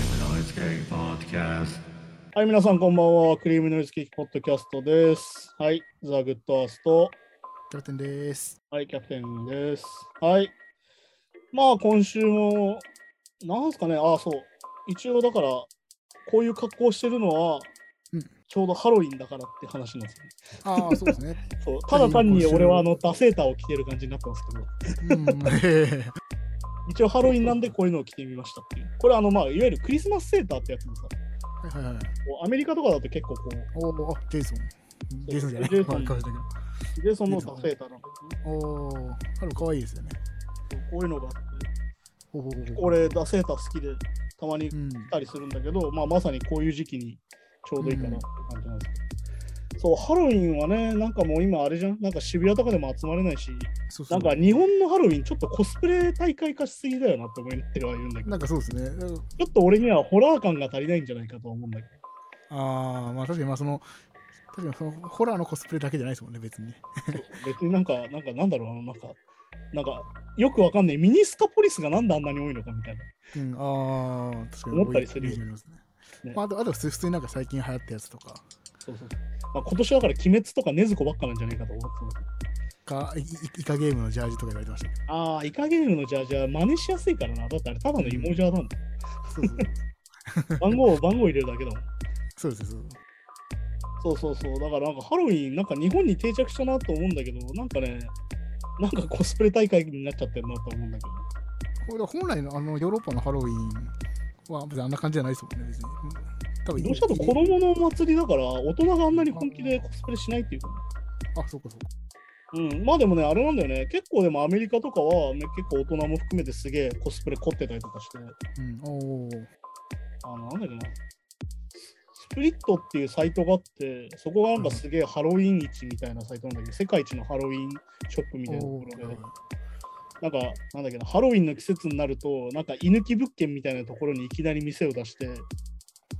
Cheesecake Podcast. はい、皆さんこんばんは。クリームノイズケーキポッドキャストです。はい、ザ・グッドアースト。キャプテンです。はい、キャプテンです。はい。まあ、今週も、なんすかね、ああ、そう。一応だから、こういう格好してるのは、うんちょうどハロウィンだからって話なんですよね。ああ、そうですね。そうただ単に俺はあのダセーターを着てる感じになってますけど、 うん、え一応ハロウィンなんでこういうのを着てみましたっていう。これあの、まあ、いわゆるクリスマスセーターってやつでさ、こえはいはいはい。うアメリカとかだと結構こう、おお、ジェイソン。ジェイソンじゃない。ジェイソンまあ顔したけでそのダセーターなんだけど。おお、ハロー可愛いですよね。どね、こういうのがあって。おお。俺ダセータ好きでたまにう来ん。たりするんだけど、まあ、まさにこういう時期にちょうどいいかなって感じなんですけど、そうハロウィンはねなんかもう今あれじゃんなんか渋谷とかでも集まれないしそうそなうんか日本のハロウィンちょっとコスプレ大会化しすぎだよなって思ってはいるんだけどなんかそうですね。ちょっと俺にはホラー感が足りないんじゃないかと思うんだけどああ、まあ確かにまあその、確かにそのホラーのコスプレだけじゃないですもんね、別にね。別になんかなんかなんだろうななんかなんかよくわかんないミニスカポリスがなんであんなに多いのかみたいなうん、ああ、確かに。思ったりするよイメージありますねねまあ、あと、あと普通になんか最近流行ったやつとか、そうそう、まあ、今年だから鬼滅とか禰豆子ばっかなんじゃないかと思ってますかイイイカゲームのジャージとか言われてましたけど。ああ、イカゲームのジャージは真似しやすいからな。だってあれただの芋ジャーなんだ。そうそう。番号 を番号入れるだけだもん。 そうですそうです。そうそうそう。だからなんかハロウィン、なんか日本に定着したなと思うんだけど、なんかね、なんかコスプレ大会になっちゃってるなと思うんだけど。これ本来のあのヨーロッパのハロウィンは別にあんな感じじゃないですもんね、別に。多分どうしたと子いい供のお祭りだから、大人があんなに本気でコスプレしないっていうかね。あ、そうかそうか。うん、まあでもね、あれなんだよね。結構でもアメリカとかは、ね、結構大人も含めてすげえコスプレ凝ってたりとかして、うん、おお。あの、なんだっけな。スプリットっていうサイトがあって、そこがなんかすげえハロウィン市みたいなサイトなんだけど、世界一のハロウィンショップみたいなとおこーろで、なんか、なんだっけな、ハロウィンの季節になると、なんか居抜き物件みたいなところにいきなり店を出して、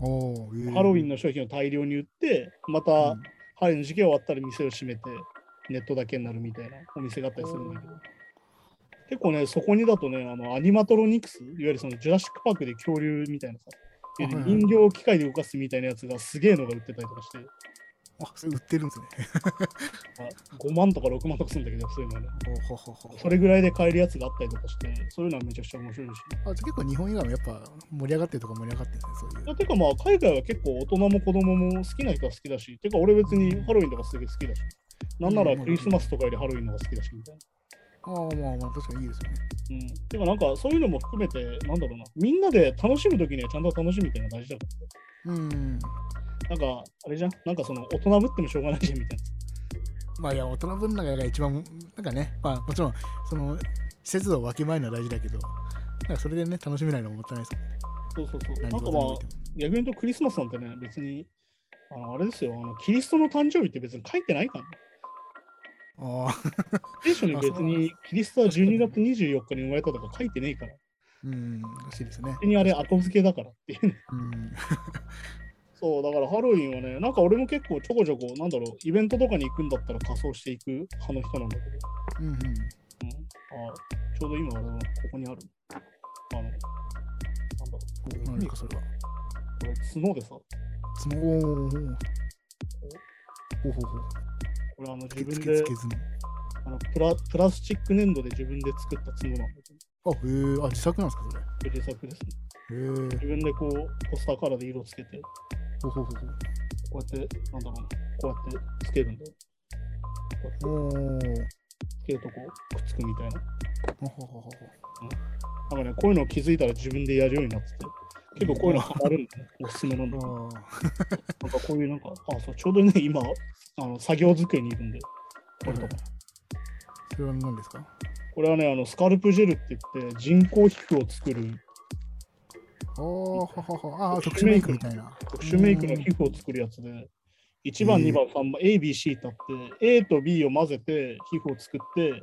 おーハロウィンの。の商品を大量に売って、まうたんハロウィンの時期が終わったら店を閉めて、ネットだけになるみたいなお店があったりするんだけど。結構ね、そこにだとね、あのアニマトロニクス、いわゆるそのジュラシック・パークで恐竜みたいなさ、いわゆるはいはい人形を機械で動かすみたいなやつがすげえのが売ってたりとかして、あ、それ売ってるんですね。まあ、5万とか6万とかするんだけど、そういうのはね。おほほほそれぐらいで買えるやつがあったりとかして、そういうのはめちゃくちゃ面白いし。あじゃあ結構日本以外もやっぱ盛り上がってるとか盛り上がってるんですね、そういいやう。てかまあ、海外は結構大人も子供も好きな人は好きだし、てか俺別にハロウィンとかすげえ好きだし、なんならクリスマスとかよりハロウィンの方が好きだしみたいな。ああ、まあまあ、確かにいいですよね。うん、てかなんかそういうのも含めて、なんだろうな、みんなで楽しむときにはちゃんと楽しむみたいなのが大事だから。うん。なんか、あれじゃん、なんかその、大人ぶってもしょうがないじゃんみたいまあいや、大人分の中が一番、なんかね、まあもちろん、その、節度を分け前のは大事だけど、なんかそれでね、楽しめないのもったいないですな。そうそうそう。もんなね。んか何ま事あにおいても、逆に言うとクリスマスなんてね、別に、あのあれですよあの、キリストの誕生日って別に書いてないからね。ああ、聖書にあ別そうなんに、キリストは12月24日に生まれたとか書いてねえから。うん、らしいですね別。にあれ、後付けだからっていうね。うん。そう、だからハロウィンはね、なんか俺も結構ちょこちょこ、なんだろう、イベントとかに行くんだったら仮装していく派の人なんだけど。うんうん。うん、あちょうど今、あれだなここにある。あの、なんだろう、こ何れですか、それは。これ角でさ、こつもおーおーおーほうほうほう。れあのつけ自つ分けつでけずに。あのプラプラスチック粘土で自分で作った角なんだけど、あ、へえ、あ、自作なんですか、これ自作ですね。それ。へえ、自分でこう、ポスターカラーで色つけて、ほうほうほうこうやって、なんだろうな、こうやってつけるんだよ。こうほやってう。おーつけるとこう、くっつくみたいな。ほうほうほうほなんかね、こういうの気づいたら自分でやるようになってて、結構こういうのハマるんだね、おすすめなんだ。う。あなんかこういうなんか、あ、そう、ちょうどね、今、あの作業机にいるんで、こあ、れとか。それは何ですかこれはね、あのスカルプジェルって言って、人工皮膚を作る、おお、ほうほうほう。ああ、特特殊殊メメイイククのみたいな。特殊メイクのうん皮膚を作るやつで、1番、へえ2番、3番、A、B、C とあって、A と B を混ぜて皮膚を作って、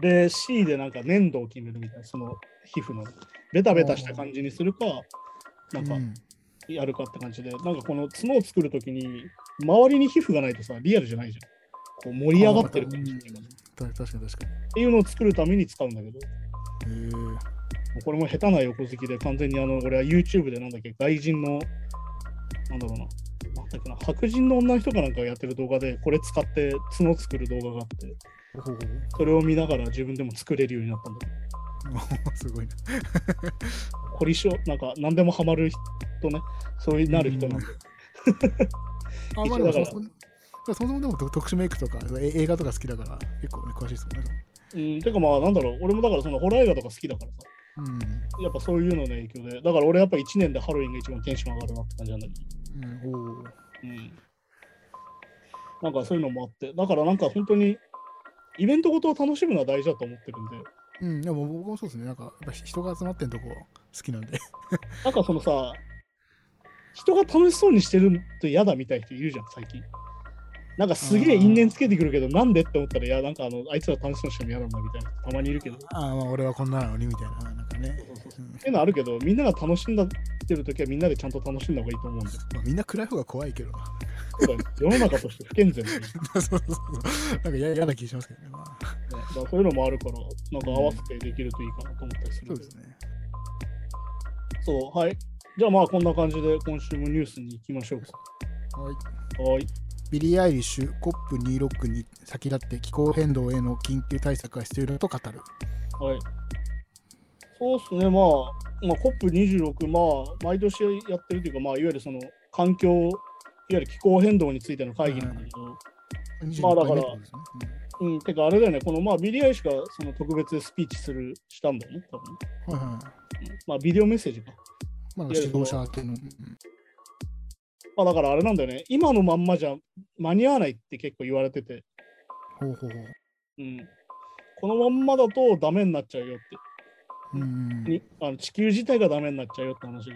で、C でなんか粘土を決めるみたいな、その皮膚の、ベタベタした感じにするか、なんかうんやるかって感じで、なんかこの角を作るときに、周りに皮膚がないとさ、リアルじゃないじゃん。こう盛り上がってる感じっていうかた確かに確かっていうのを作るために使うんだけど、に。へえ。これも下手な横好きで、完全にあの、俺は YouTube でなんだっけ、外人の、なんだろうな、なんだっけな、白人の女の人かなんかがやってる動画で、これ使って角作る動画があって、ほうほうそれを見ながら自分でも作れるようになったんだけほうすごいな。ど、凝り性、なんか何でもハマる人ね、そうなる人なんで、あ、まあ一応でもだかそらそそもそもでも特特殊メイクとかえ映画とか好きだから結構ね詳しいですもんね。うん、てかまあなんだろう、俺もだからそのホラー映画とか好きだからさ、やっぱそういうのの影響で、だから俺やっぱ1年でハロウィンが一番テンション上がるなって感じなんだけど。うん。うん、おーうんなんかそういうのもあって、だからなんか本当にイベントごとを楽しむのは大事だと思ってるんで、うん、でも僕もそうですね。なんかやっぱ人が集まってんとこ好きなんで。なんかそのさ、人が楽しそうにしてると嫌だみたいな人いるじゃん、最近。なんかすげえ因縁つけてくるけど、なんでって思ったら、いや、なんかあのあいつら楽しそうにしてるの嫌なんだみたいな人たまにいるけど。っ あーまあ俺はこんなのにみたいな。なんかね。うんていうのはあるけど、みんなが楽しんだってるときはみんなでちゃんと楽しんだ方がいいと思うんで、まあ、みんな暗い方が怖いけどな。 そうだね世の中として不健全だよねそうそうそう。なんかや嫌な気しますけどね。まあ、だからそういうのもあるから、なんか合わせてできるといいかなと思ったりするそんうでで。すね。そう、はい。じゃあまあこんな感じで今週もニュースに行きましょうか。はい。はい。ビリー・アイリッシュ、COP26 に先立って気候変動への緊急対策が必要だと語る。はい。そうっすね、まあ、まあ、COP26、まあ、毎年やってるというか、まあ、いわゆるその環境、いわゆる気候変動についての会議なんだけど、まあだから26回目ってことですねうん、てかあれだよね、このまあ、ビリーアイしかその特別でスピーチする、したんだよね、多分。うんはいはいはい。まあ、ビデオメッセージか。まあ、指導者っていうの。まあ、だからあれなんだよね、今のまんまじゃ間に合わないって結構言われてて、ほうほうほうん。このまんまだとダメになっちゃうよって。う。うん。にあの地球自体がダメになっちゃうよって話で。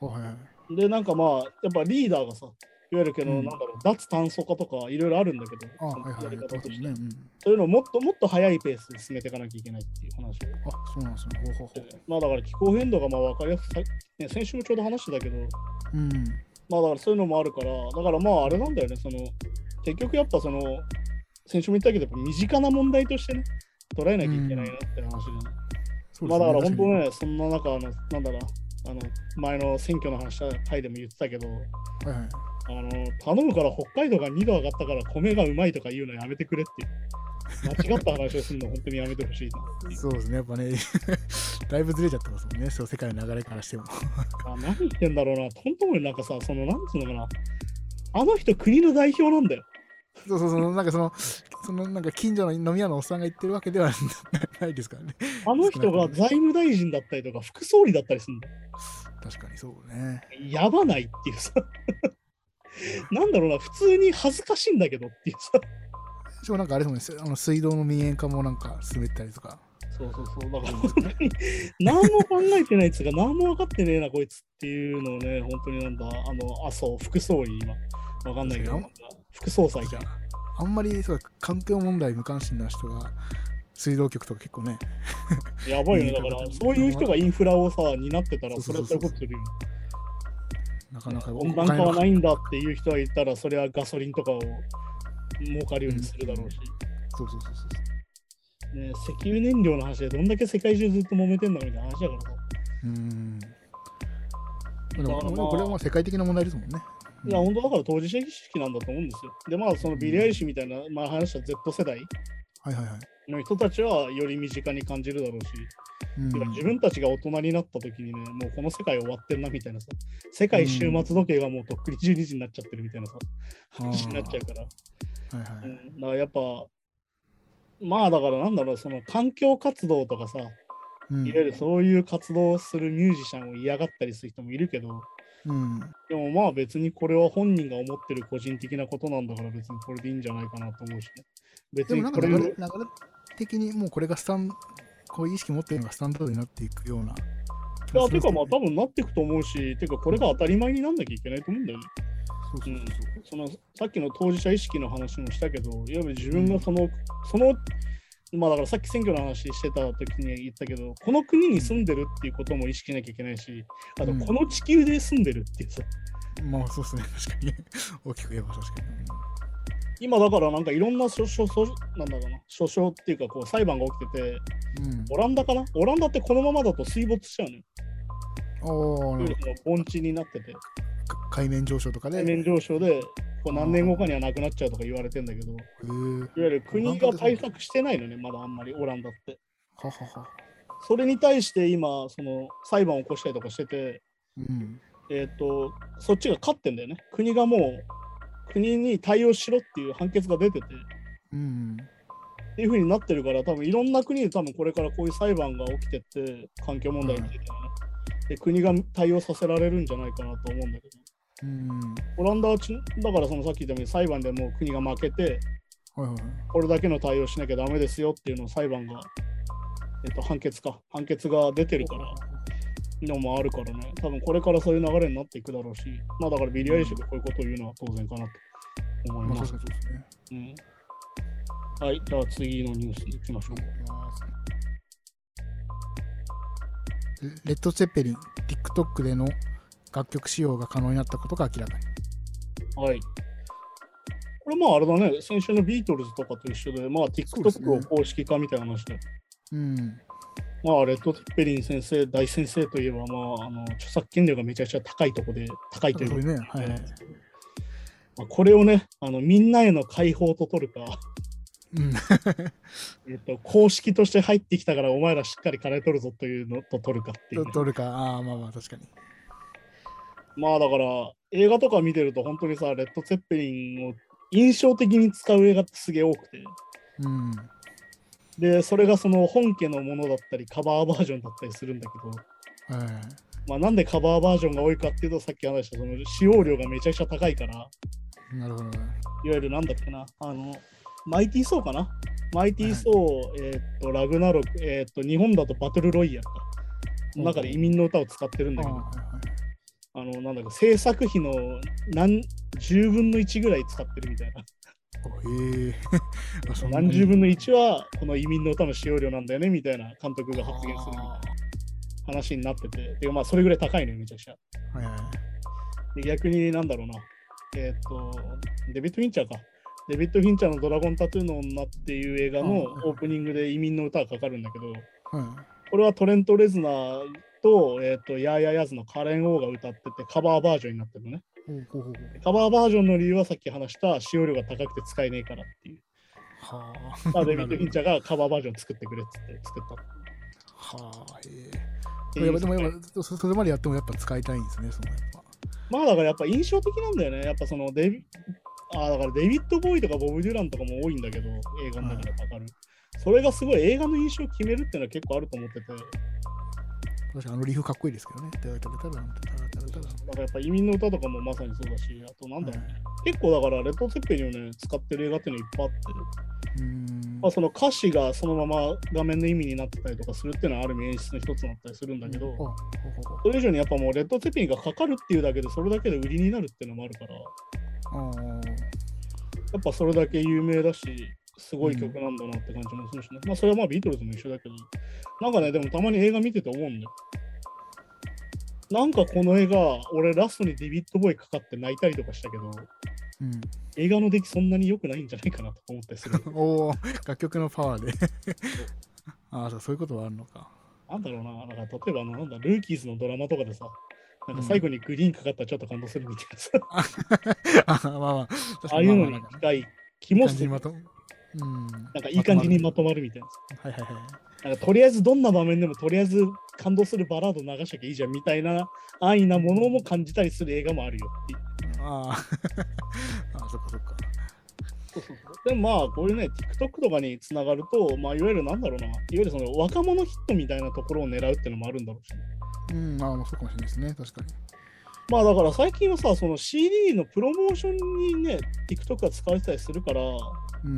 はいはい。で、なんかまあ、やっぱリーダーがさ、いわゆるけど、うんなんだろう、脱炭素化とかいろいろあるんだけど、あそのはいはいやはりい。ってこ方ととでしすてね。うんそういうのをもっともっと早いペースで進めていかなきゃいけないっていう話をしあ、そうなんですね。ほうほうてほて、まあだから気候変動がまあ分かりやすくさ、ね、先週もちょうど話してたけど、う。うん。まあだからそういうのもあるから、だからまああれなんだよね、その、結局やっぱその、先週も言ったけど、やっぱ身近な問題としてね、捉えなきゃいけないなって話で、ねそうですねまあだから本当。確ね、そんな中、あのなんだろう、あの前の選挙の話した回でも言ってたけど、かにはいはい。あの頼むから北海道が2度上がったから米がうまいとか言うのやめてくれっていう、間違った話をするの、本当にやめてほしいなっていう。そうですね、やっぱね、 だいぶずれちゃってますもんね、そう世界の流れからしても。あ何言ってんだろうな、本当になんかさ、その、なんつうのかな、あの人、国の代表なんだよ。そうそうそう、なんかその、そのなんか近所の飲み屋のおっさんが言ってるわけではないですからね。あの人が財務大臣だったりとか、副総理だったりするんだよ。確かにそうね。やばないっていうさ。なんだろうな、普通に恥ずかしいんだけどっていうさ。しかもなんかあれですもんね、あの水道の民営化もなんか進めたりとか。そうそうそう、だから本当に何も考えてないやつが何も分かってねえな、こいつっていうのをね、本当になんだ、あの、麻生副総理、今、分かんないけど確か、副総裁じじゃゃあ、あんまりそう環境問題無関心な人が、水道局とか結構ね、やばいよね、だから、そういう人がインフラをさ、担ってたら、そそうれそはそいううそううことするよ。なかなか。温暖化はないいんだっていう人がいたら、それはガソリンとかを儲かるようにするだろうし、そうそうそうそう。ね、石油燃料の話でどんだけ世界中ずっと揉めてんだみたいな話だからさ。うーん。まあでも、だからまあでもこれはまあ世界的な問題ですもんね。いや、本当だから当事者意識なんだと思うんですよ。で、まあ、そのビリアイシみたいな、まあ、話した Z 世代。はいはいはい。の人たちはより身近に感じるだろうし、うんてか自分たちが大人になった時にね、もうこの世界終わってんなみたいなさ、世界終末時計がもうとっくに12時になっちゃってるみたいなさ、話になっちゃうから、はいはうい。ん、だからやっぱ、まあだからなんだろう、その環境活動とかさ、いわうんゆるそういう活動をするミュージシャンを嫌がったりする人もいるけど、うん。でもまあ別にこれは本人が思ってる個人的なことなんだから別にこれでいいんじゃないかなと思うしね。で別もになんこかれ流れを流れ的にもうこれがスタンこういう意識持ってるのがスタンダードになっていくような。いや、てかまあ多分なっていくと思うし、てかこれが当たり前になんなきゃいけないと思うんだよね。そうそうそうそのさっきの当事者意識の話もしたけど、いわゆる自分がその、その、まあだからさっき選挙の話してた時に言ったけど、この国に住んでるっていうことも意識しなきゃいけないし、あとうんこの地球で住んでるっていうさ、まあそうですね、確かに。大きく言えば確かに。今だからなんかいろんな訴訟、訴なんだろうな、訴訟っていうかこう裁判が起きてて、うんオランダかなオランダってこのままだと水没しちゃうのよ。おーなるほ盆地になってて、どか海面上昇とかで、海面上昇でこう何年後かにはなくなっちゃうとか言われてんだけど、いわへーゆる国が対策してないのね、まだあんまりオランダって。ははは。それに対して今、その裁判を起こしたりとかしてて、うん。えっ、と、そっちが勝ってんだよね。国がもう、国に対応しろっていう判決が出てて、うん。っていう風になってるから、多分いろんな国で多分これからこういう裁判が起きてって、環境問題についてね、で、国が対応させられるんじゃないかなと思うんだけど、うん。オランダはちだからそのさっき言ったように裁判でもう国が負けて、はいはい。これだけの対応しなきゃダメですよっていうのを裁判が、えっ、と、判決か、判決が出てるから。のもあるからね、多分これからそういう流れになっていくだろうし、まあだからビリー・アイリッシュがこういうことを言うのは当然かなと思いまあ、ま確す。かにそうですね。うんはい、じゃあ次のニュースに行きましょう。レッド・ツェッペリン、TikTok での楽曲使用が可能になったことが明らかに。はい。これまああれだね、先週のビートルズとかと一緒で、まあそうです TikTok ねを公式化みたいな話で、うん。まあレッド・テッペリン先生、大先生といえば、まああの著作権料がめちゃくちゃ高いとこで、高いというこかれね、はいはい。まあこれをね、あのみんなへの解放と取るか、 うん。えっと、公式として入ってきたから、お前らしっかり金取るぞというのと取るかっていうね、取るか、ああ、まあまあ、確かに。まあだから、映画とか見てると、本当にさ、レッド・ツェッペリンを印象的に使う映画ってすげえ多くて、うん。で、それがその本家のものだったり、カバーバージョンだったりするんだけど、はい。まあなんでカバーバージョンが多いかっていうと、さっき話した、その使用量がめちゃくちゃ高いから、いわなるほど。ゆるなんだっけな、あの、マイティー・ソーかなマイティー・ソー、えっと、ラグナロク、えっと、日本だとバトル・ロイヤルか。の中で移民の歌を使ってるんだけど、ああの、なんだか、制作費の何10分の1ぐらい使ってるみたいな。へえ。あそんなに何十分の1はこの移民の歌の使用量なんだよねみたいな監督が発言するみたいなあ話になってて、でまあ、それぐらい高いのよ、めちゃくちゃ。ーはいはい。で逆になんだろうな、えっ、と、デビッド・フィンチャーか。デビッド・フィンチャーのドラゴンタトゥーの女っていう映画のうんオープニングで移民の歌がかかるんだけど、はい。これはトレント・レズナーと、えっ、と、ヤーヤーヤーズのカレン・オーが歌ってて、カバーバージョンになってるのね。ほうほうほうカバーバージョンの理由はさっき話した使用量が高くて使えねえからって いう。ほう。はまあ、デビッド・フィンあ。チャーがカバーバージョン作ってくれっつって作ったっはあ。へえ。ていでうもでもやっぱそそれまでやってもやっぱ使いたいんですね、そのやっぱ。まあだからやっぱ印象的なんだよね。やっぱそのデビあーだからデビッド・ボーイとかボブ・デュランとかも多いんだけど、映画の中でかかる。それがすごい映画の印象を決めるっていうのは結構あると思ってて、だ確かにあのリフかっこいいですけどね。タラタラタランタラタラタランからやっぱ移民の歌とかもまさにそうだし、あとなんだろうね。結構だからレッド・ツェッペリンをね、使ってる映画っていうのいっぱいあって、うーんまあ、その歌詞がそのまま画面の意味になってたりとかするっていうのはある意味演出の一つだったりするんだけど、あほうほうほうそれ以上にやっぱもうレッド・ツェッペリンがかかるっていうだけで、それだけで売りになるっていうのもあるから、あやっぱそれだけ有名だし、すごい曲なんだなって感じもするしね。まあそれはまあビートルズも一緒だけど、なんかね、でもたまに映画見てて思うんだよ。なんかこの映画、俺ラストにデビッド・ボーイかかって泣いたりとかしたけど、ー映画の出来そんなに良くないんじゃないかなとか思ったりす る。うん。おお、楽曲のパワーで。ああ、そうそういうことはあるのか。なんだろうな、なんか例えばあの、なんだ、ルーキーズのドラマとかでさ、なんか最後にグリーンかかったらちょっと感動するみたいなさ、ああ、まあまあ。確あかあいうまのまになんか近い気いいも感すじにる。まとうん。なんかいい感じにままととまるみたいな。まる。はいはいはい。なんかとりあえずどんな場面でもとりあえず感動するバラード流しときゃいいじゃんみたいな安易なものも感じたりする映画もあるよっていう。 ああ。ああ、そっかそっか。でもまあこういうね TikTok とかにつながると、まあ、いわゆるなんだろうないわゆるその若者ヒットみたいなところを狙うっていうのもあるんだろうし、うん、まあまあそうかもしれないですね、確かに。まあだから最近はさその CD のプロモーションにね TikTok が使われてたりするからよう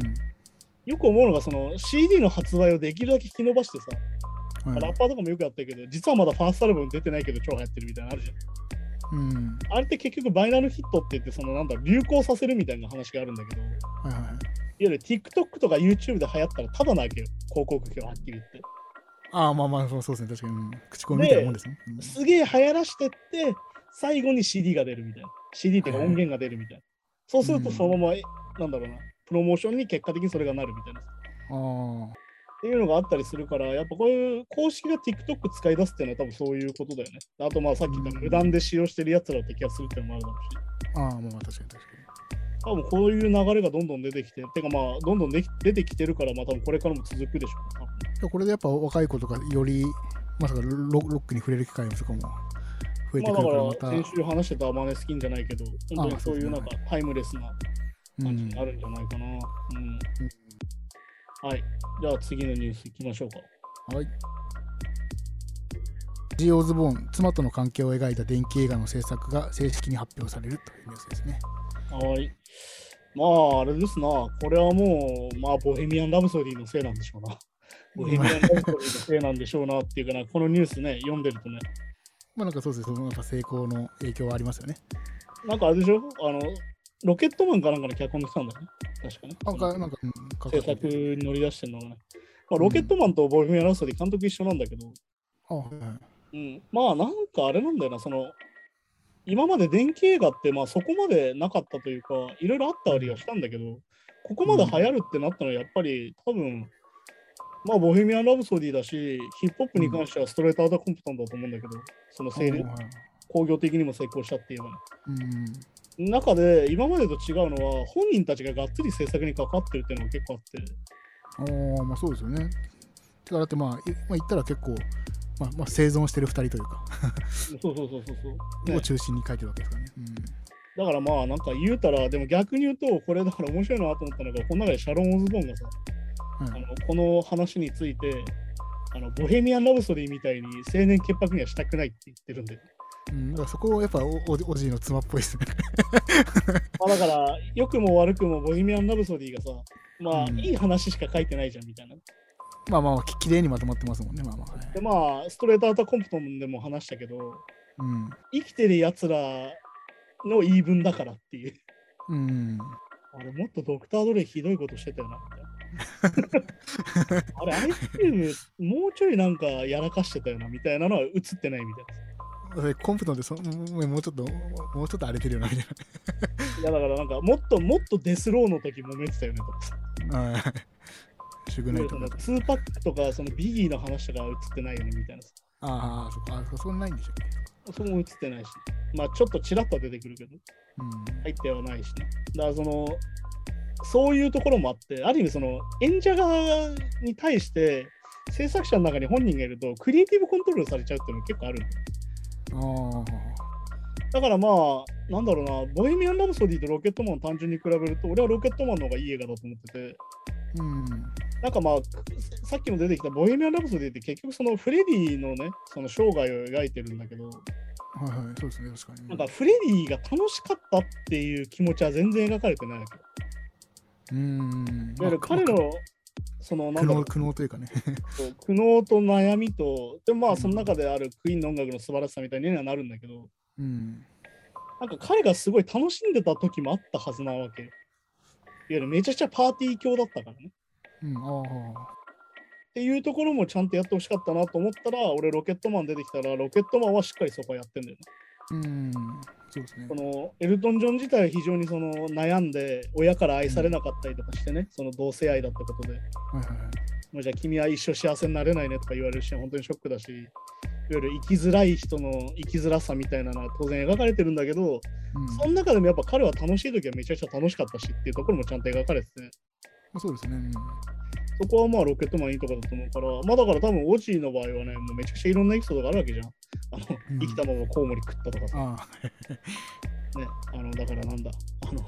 ん。く思うのがその CD の発売をできるだけ引き延ばしてさ、はいラッパーとかもよくやってるけど実はまだファーストアルバム出てないけど超流行ってるみたいなのあるじゃんうん。あれって結局バイナルヒットって言ってそのなんだ流行させるみたいな話があるんだけど、いわはいはいはい。ゆる TikTok とか YouTube で流行ったらただなわけよ、広告費をはっきり言って。ああ、まあまあ、そうそうですね、確かに。うん口コミみたいなもんですね。うんすげえ流行らしてって、最後に CD が出るみたいな。CD っていうかはい音源が出るみたいな。そうするとうんそのままなんだろうな、プロモーションに結果的にそれがなるみたいな。っあーていうのがあったりするから、やっぱこういう公式が TikTok 使い出すっていうのは多分そういうことだよね。あとまあさっき言ったうん無断で使用してるやつらを摘発するっていうのもあるだろうし。あー、まあまあ確かに確か多分こういう流れがどんどん出てきて、てかまあどんどんでき出てきてるから、まあ多分これからも続くでしょうね。に。でこれでやっぱ若い子とかより、まさかロロックに触れる機会もとかも増えてまあくるから、まだかた、ら先週話してたマネスキンじゃないけど、本当にそういうなんかタイムレスなう感じんになるんじゃないかな。うん。はい。じゃあ次のニュースいきましょうか。はい。ジー・オズボーン、妻との関係を描いた電気映画の制作が正式に発表されるというニュースですね。はい。まあ、あれですな。これはもう、まあ、ボヘミアン・ラブソディのせいなんでしょう な。ボヘミアン・ラブソディのせいなんでしょうなっていうかな、このニュースね、読んでるとね、まあなんかそうですね、そのやっぱ成功の影響はありますよね。なんかあれでしょあの、ロケットマンかなんかの脚本にしたんだよね。確かね。なんか、なんか、うんか制作に乗り出してるのがね。まあ、ロケットマンとボヘミアン・ラブソディ監督一緒なんだけど、あ、はいうん、まあなんかあれなんだよな、その今まで電気映画ってまあそこまでなかったというか、いろいろあったりはしたんだけど、ここまで流行るってなったのはやっぱり多分、まあボヘミアン・ラブソディだし、ヒップホップに関してはストレートアウトコンプタンだと思うんだけど、そのはい成立工業的にも成功したっていうような。うん。中で今までと違うのは本人たちががっつり制作に関わってるっていうのが結構あって、おーまあそうですよね。てかだってまあ、いまあ、言ったら結構、まあ、まあ生存してる2人というか、そうそうそうそうそう。ねを中心に書いてるわけですからね。だからまあなんか言うたら、でも逆に言うと、これだから面白いなと思ったのが、この中でシャロン・オズボーンがさ、うんあはい、のこの話についてあの、ボヘミアン・ラブソディみたいに青年潔白にはしたくないって言ってるんで、うん、だからそこをやっぱおおじおじいの妻っぽいですね。 まあ、だから、良くも悪くもボヘミアン・ラブソディがさ、まあ、うんいい話しか書いてないじゃんみたいな。まあまあ、ききれいにまとまってますもんね、まあまあ。はいで、まあ、ストレートアートコンプトンでも話したけど、うん。生きてるやつらの言い分だからっていう。うん。あれ、もっとドクター・ドレイひどいことしてたよな、みたいな。あれ、アイスクリーム、もうちょいなんかやらかしてたよな、みたいなのは映ってないみたいな。それコンプトンでそももうちょっと、もうちょっと荒れてるよな、みたいいや、だからなんか、もっともっとデスローの時揉めてたよね、とかさ。な。はい。シュグナイそトのだと。ツーパックとか、そのビギーの話とかは映ってないよね、みたいなさ。ああ、そこ、あそこ、そんなないんでしょうそこも映ってないし。まあ、ちょっとちらっとは出てくるけど、入ってはないしね。だから、その、そういうところもあって、ある意味、その、演者側に対して、制作者の中に本人がいると、クリエイティブコントロールされちゃうっていうのも結構あるんだようん。あだからまあ、なんだろうな、ボヘミアン・ラブソディとロケットマンを単純に比べると、俺はロケットマンの方がいい映画だと思ってて、あ。うん。なんかまあ、くさっきも出てきたボヘミアン・ラブソディって結局そのフレディのね、その生涯を描いてるんだけど、はいはい、そうですね、確かに。なんかフレディが楽しかったっていう気持ちは全然描かれてないわけ。いうん。わゆる彼まの、そのあな苦んだろ悩、う、苦悩というかね。苦悩と悩みと、でもまあその中であるクイーンの音楽の素晴らしさみたいにはなるんだけど、うん。なんか彼がすごい楽しんでた時もあったはずなわけ。いわゆるめちゃくちゃパーティー狂だったからね。うん、あっていうところもちゃんとやってほしかったなと思ったら、俺、ロケットマン出てきたら、ロケットマンはしっかりそこはやってんだよね。あ。うん。そうですねこ。のエルトン・ジョン自体は非常にその悩んで、親から愛されなかったりとかしてね、その同性愛だったことで、はいはいはい。もうじゃあ君は一生幸せになれないねとか言われるし、本当にショックだし、いわゆる生きづらい人の生きづらさみたいなのは当然描かれてるんだけど、うんその中でもやっぱ彼は楽しい時はめちゃくちゃ楽しかったしっていうところもちゃんと描かれてて、まあ、そうですね。うんそこはまあロケットマンいいとこだと思うから、まあだから多分オチの場合はね、もうめちゃくちゃいろんなエピソードがあるわけじゃん。あのうん生きたままコウモリ食ったとかさ、ああ。ね、あのだからなんだ、あの、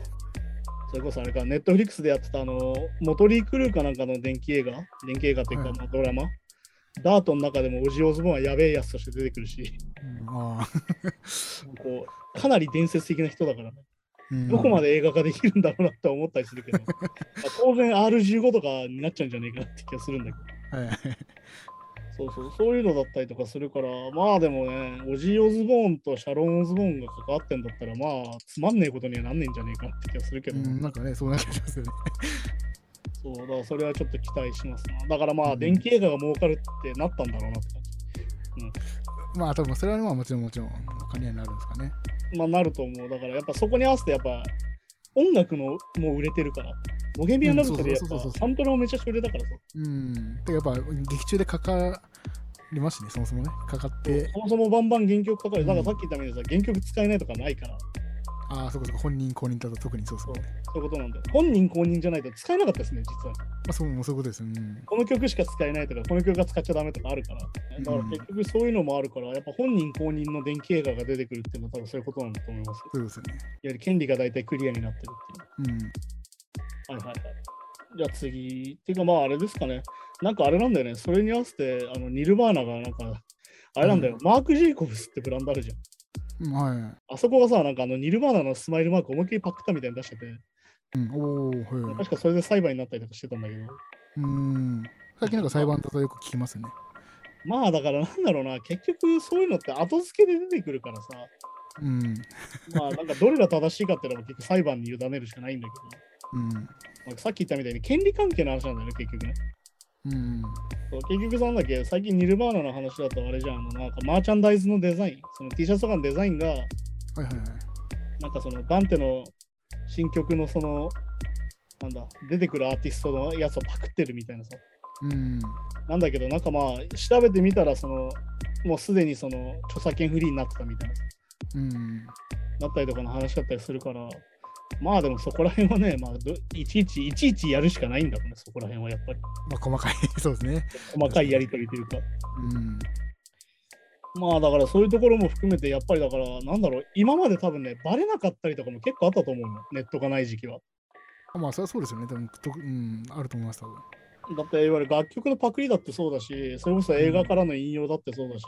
それこそあれか、ネットフリックスでやってたあの、モトリー・クルーかなんかの電気映画、電気映画というかはいまあドラマ、ダートの中でもオジーオズボーンはやべえやつとして出てくるし、うんああ。こうかなり伝説的な人だからね、うんどこまで映画化できるんだろうなって思ったりするけ ど、まあ当然 R15 とかになっちゃうんじゃねえかなって気がするんだけど。はいはい。そうそう、そういうのだったりとかするから、まあでもね、オジー・オズボーンとシャロン・オズボーンが関わってんだったら、まあ、つまんねえことにはなんねえんじゃねえかなって気がするけうど、ん、なんかね、そうなっちゃいますよね。そう、だからそれはちょっと期待しますな。だからまうあ、ん電気映画が儲かるってなったんだろうなって感まあ、多分それはまあもちろんもちろん、お金になるんですかね。じ。まあ、なると思う。だからやっぱそこに合わせて、やっぱ、音楽のもう売れてるから、ボヘミアン・ラブソディやうんそうっそうそうそうそうぱサントラもめちゃくちゃ売れたからさ、うん。だからやっぱ劇中でかかりますね、そもそもね。かかって、そもそもバンバン原曲かかうる。んだからさっき言ったみたいにさ、原曲使えないとかないから、ああ、そこそこ本人公認だと特にそうそう、ね。そういうことなんだよ。本人公認じゃないと使えなかったですね、実は。まあ、そうもうそういうことです。うん。この曲しか使えないとか、この曲が使っちゃダメとかあるから。だから結局そういうのもあるから、やっぱ本人公認の電気映画が出てくるっていうのは多分そういうことなんだと思います。そういうことですよね。より権利が大体クリアになってるっていう。うん。はいはいはい。じゃあ次、っていうかまああれですかね。なんかあれなんだよね。それに合わせて、あのニルバーナがなんか、あれなんだよ。マーク・ジェイコブスってブランドあるじゃん。うんはあそこがさ、なんかあのニルバーナのスマイルマーク思いっきりパクったみたいに出してて、い。うん、おお、はい。確かそれで裁判になったりとかしてたんだけど。うん。最近なんか裁判だとよく聞きますね。まあだからなんだろうな、結局そういうのって後付けで出てくるからさ、うん。まあなんかどれが正しいかっていうのも結局裁判に委ねるしかないんだけうん。ど、まあ、さっき言ったみたいに権利関係の話なんだよね、結局ね。うん。そう結局なんだっけ最近ニルバーナの話だとあれじゃん、あのなんかマーチャンダイズのデザイン、その T シャツとかのデザインが、はいはいはい。なんかそのダンテの新曲のその、なんだ、出てくるアーティストのやつをパクってるみたいなさ。うん。なんだけど、なんかまあ、調べてみたら、その、もうすでにその著作権フリーになってたみたいな、うん。なったりとかの話だったりするから、まあでもそこら辺はね、まあど、いちいち、いちいちやるしかないんだろうね、そこら辺はやっぱり。まあ、細かい。 そうですね。細かいやりとりというか。うん。まあだからそういうところも含めて、やっぱりだから、なんだろう、今まで多分ね、バレなかったりとかも結構あったと思うの、ネットがない時期は。まあ、それはそうですよね。多分とうん、あると思います、多分。だって、いわゆる楽曲のパクリだってそうだし、それこそ映画からの引用だってそうだし、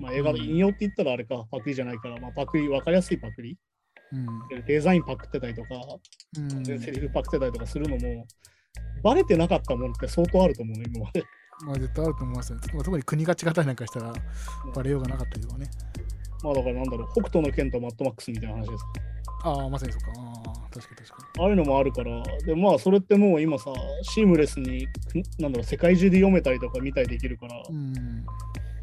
まあ映画の引用って言ったらあれか、パクリじゃないから、まあパクリ、わかりやすいパクリ。うん。デザインパクってたりとか、うん、セリフパクってたりとかするのも、バレてなかったものって相当あると思うの、今まで。まあ絶対あると思いますよね。特に国が違ったりなんかしたらバレようがなかったりとかね。まあだからなんだろう、北斗の拳とマッドマックスみたいな話です。ああ、まさにそうか。ああ、確かに確かああいうのもあるから、でまあそれってもう今さ、シームレスに、なんだろう、世界中で読めたりとか見たりできるから、に。うん。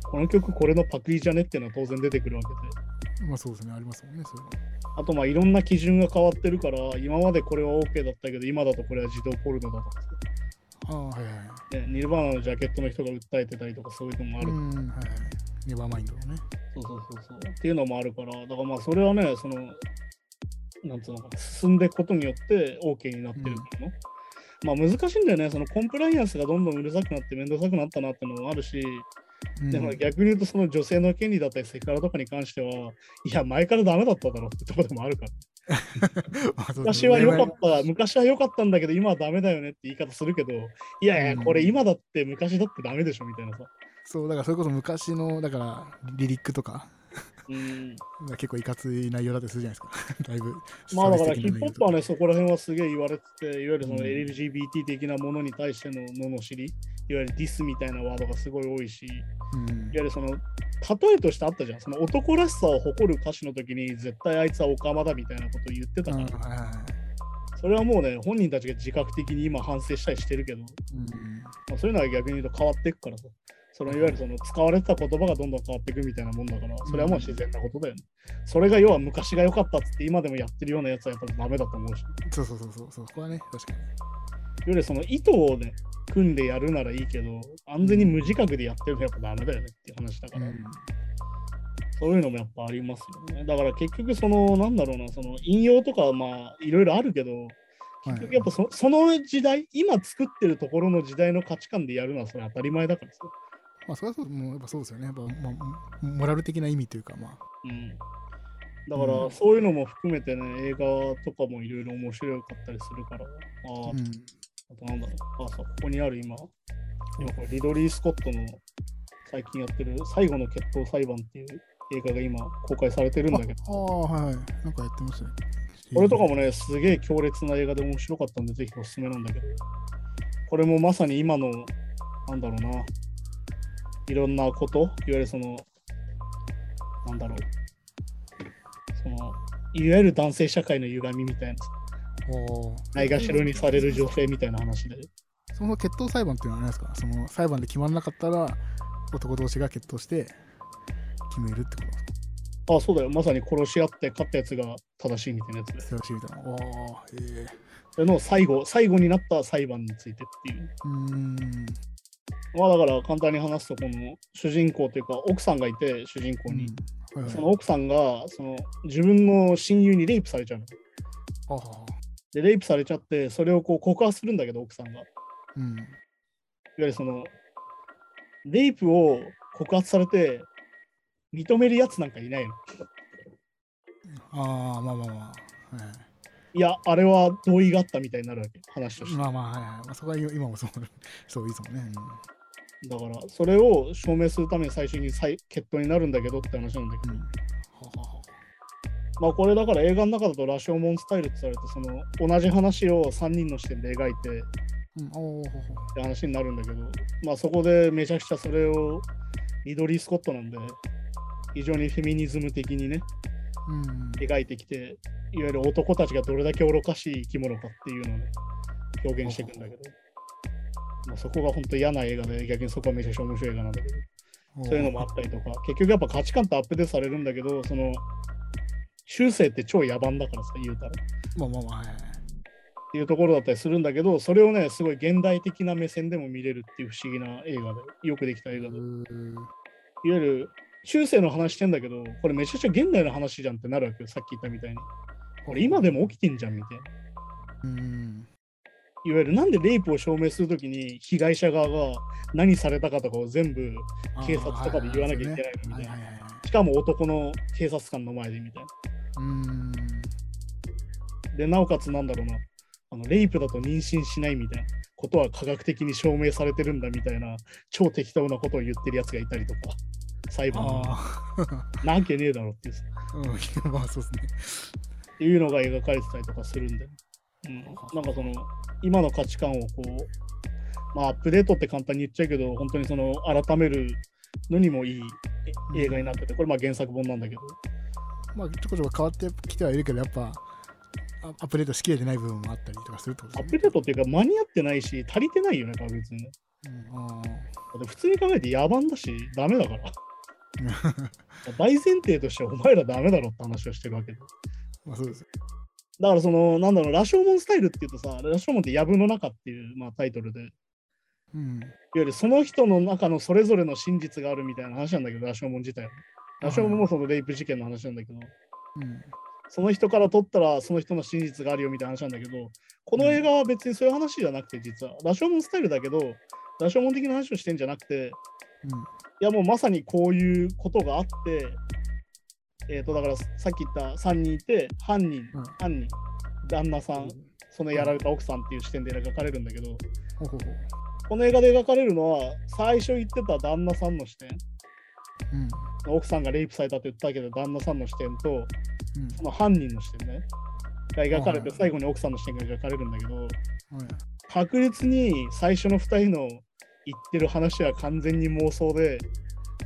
この曲これのパクリじゃねっていうのは当然出てくるわけで。まあそうですね、ありますもんね、それは。あとまあいろんな基準が変わってるから、今までこれは OK だったけど、今だとこれは自動ポルノだとかさ、ああ、はいはいはい。ね、ニルバーナのジャケットの人が訴えてたりとかそういうのもあるう。ん、はいはい。ネバーマインドのね。そうそうそうそう。っていうのもあるから、だからまあそれはね、その、なんつうのかな、進んでいくことによって OK になってるの。まあ難しいんだよね、そのコンプライアンスがどんどんうるさくなって面倒くさくなったなってのもあるし、うん、でも逆に言うとその女性の権利だったりセクハラとかに関しては、いや前からダメだっただろうってとこでもあるから、まあそうで昔すねは良かった、昔は良かったんだけど今はダメだよねって言い方するけど、いやいや、うんこれ今だって昔だってダメでしょみたいなさ。そう、だからそれこそ昔の、だからリリックとか、うん結構いかつい内容だったりするじゃないですか。 だいぶ。まあだから差別ヒ的ップホな内ッ容とプかはね、そこら辺はすげえ言われてて、いわゆるそのうん LGBT 的なものに対しての罵り、いわゆるディスみたいなワードがすごい多いし、いわうんゆるその例えとしてあったじゃん、その男らしさを誇る歌詞の時に絶対あいつはオカマだみたいなことを言ってたから、うんはいはいはいそれはもうね、本人たちが自覚的に今反省したりしてるけど、うんまあ、そういうのは逆に言うと変わっていくからさ。そのいわゆるその使われてた言葉がどんどん変わっていくみたいなもんだから、それはもう自然なことだよね。それが要は昔が良かったっつって今でもやってるようなやつはやっぱダメだと思うし。そうそうそうそう、そこはね、確かに。よりその意図をね、組んでやるならいいけど、安全に無自覚でやってるのはやっぱダメだよねっていう話だから、うんそういうのもやっぱありますよね。だから結局、その、なんだろうな、その引用とか、まあ、いろいろあるけど、結局やっぱそその時代、今作ってるところの時代の価値観でやるのはそれ当たり前だからさ。まあ、それはそう、もうやっぱそうですよね。やっぱ、まあ、モラル的な意味というか、まあ。うん。だかうら、んそういうのも含めてね、映画とかもいろいろ面白かったりするから、ああ、うん、あとなんだろう。あ、そう、ここにある今、今これリドリー・スコットの最近やってる最後の決闘裁判っていう映画が今公開されてるんだけど、ああ、はい。なんかやってますね。これとかもね、すげえ強烈な映画で面白かったんで、ぜひおすすめなんだけど、これもまさに今の、なんだろうな、いろんなこと、いわゆるその、なんだろう、その、いわゆる男性社会の歪みみたいな、おーないがしろにされる女性みたいな話で、その決闘裁判っていうのはあれですかその裁判で決まらなかったら男同士が決闘して決めるってことですかあ、そうだよ。まさに殺し合って勝ったやつが正しいみたいなやつです。素晴らしいみたいな。おーえそれの最後、最後になった裁判についてっていう。ー、うーん。まあだから簡単に話すと、この主人公というか奥さんがいて、主人公に。うんはいそはのい奥さんがその自分の親友にレイプされちゃうの。あはで、レイプされちゃって、それをこう告発するんだけど、奥さんが。いわうん。ゆるその、レイプを告発されて、認めるやつなんかいないの。ああ、まあまあまあ。はいや、あれは同意があったみたいになるわけ、話とい、して。まあまあ、はいはいまあ。そこは今もそう、そういつもね。うだから、それを証明するために最終に再決闘になるんだけどって話なんだけど、ん。うん、はあはまあこれだから映画の中だと羅生門スタイルってされて、その同じ話を3人の視点で描いてっあうん、おおほほて話になるんだけど、まあそこでめちゃくちゃそれをリドリー・スコットなんで、非常にフェミニズム的にね、うん。描いてきて、いわゆる男たちがどれだけ愚かしい生き物かっていうのをね、表現していくんだけど、まあ、そこが本当嫌な映画で、逆にそこはめちゃくちゃ面白い映画なんだけど、そういうのもあったりとか、結局やっぱ価値観ってアップデートされるんだけど、その、中世って超野蛮だからさ、言うたら。っまあまあまあ、はいはい。ていうところだったりするんだけど、それをね、すごい現代的な目線でも見れるっていう不思議な映画で、よくできた映画で。いわゆる、中世の話してんだけど、これめちゃくちゃ現代の話じゃんってなるわけよ、さっき言ったみたいに。これ今でも起きてんじゃんみたいな。うん。いわゆるなんでレイプを証明するときに被害者側が何されたかとかを全部警察とかで言わなきゃいけないみたいなはいはいはい。しかも男の警察官の前でみたいうん。なでなおかつなんだろうなあのレイプだと妊娠しないみたいなことは科学的に証明されてるんだみたいな超適当なことを言ってるやつがいたりとか裁判でああ。なわけねえだろっていうさうん、 まあそうですっていうのが描かれてたりとかするんで、うん、なんかその今の価値観をこう、まあ、アップデートって簡単に言っちゃうけど本当にその改めるのにもいいえ映画になっててこれまあ原作本なんだけどね。まあちょこちょこ変わってきてはいるけど、やっぱあアップデートしきれてない部分もあったりとかするってことアッですプね。デートっていうか間に合ってないし足りてないよね確実にねうんだあって普通に考えて野蛮だしダメだから大前提としてお前らダメだろって話をしてるわけでーまあそうです。だからそのなんだろう羅生門スタイルっていうとさ羅生門って藪の中っていう、まあ、タイトルでうん。いわゆるその人の中のそれぞれの真実があるみたいな話なんだけど、羅生門自体は。羅生門もそのレイプ事件の話なんだけど、うん。その人から取ったらその人の真実があるよみたいな話なんだけど、この映画は別にそういう話じゃなくて、実は。羅生門スタイルだけど、羅生門的な話をしてんじゃなくて、うん。いやもうまさにこういうことがあって、えっ、と、だからさっき言った3人いて、犯人、うん犯人、旦那さん、そのやられた奥さんっていう視点で描かれるんだけど、ほうほうほう。この映画で描かれるのは、最初言ってた旦那さんの視点。うん。奥さんがレイプされたって言ったけど、旦那さんの視点と、うん。その犯人の視点ね、が描かれて、はい最後に奥さんの視点が描かれるんだけど、はい確実に最初の2人の言ってる話は完全に妄想で、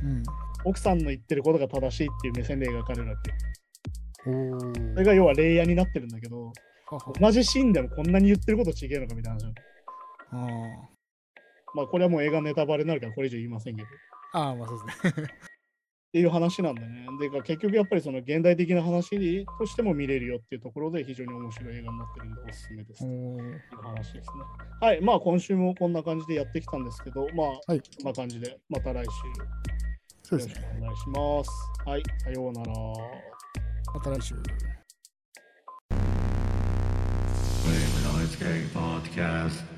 うん。奥さんの言ってることが正しいっていう目線で描かれるわけ。おお。それが要はレイヤーになってるんだけど、はは同じシーンでもこんなに言ってること違えのかみたいな話なの。あーまあ、これはもう映画ネタバレになるから、これ以上言いませんけど。あー、まあそうですね。っていう話なんだね。で、結局やっぱりその現代的な話としても見れるよっていうところで非常に面白い映画になってるんでおすすめです。おっお。ていう話ですね。はい、まあ今週もこんな感じでやってきたんですけど、まあ、はいこんな感じでまた来週よそうろですしくね。お願いします。はい、さようなら。また来週。 Wavelength Podcast.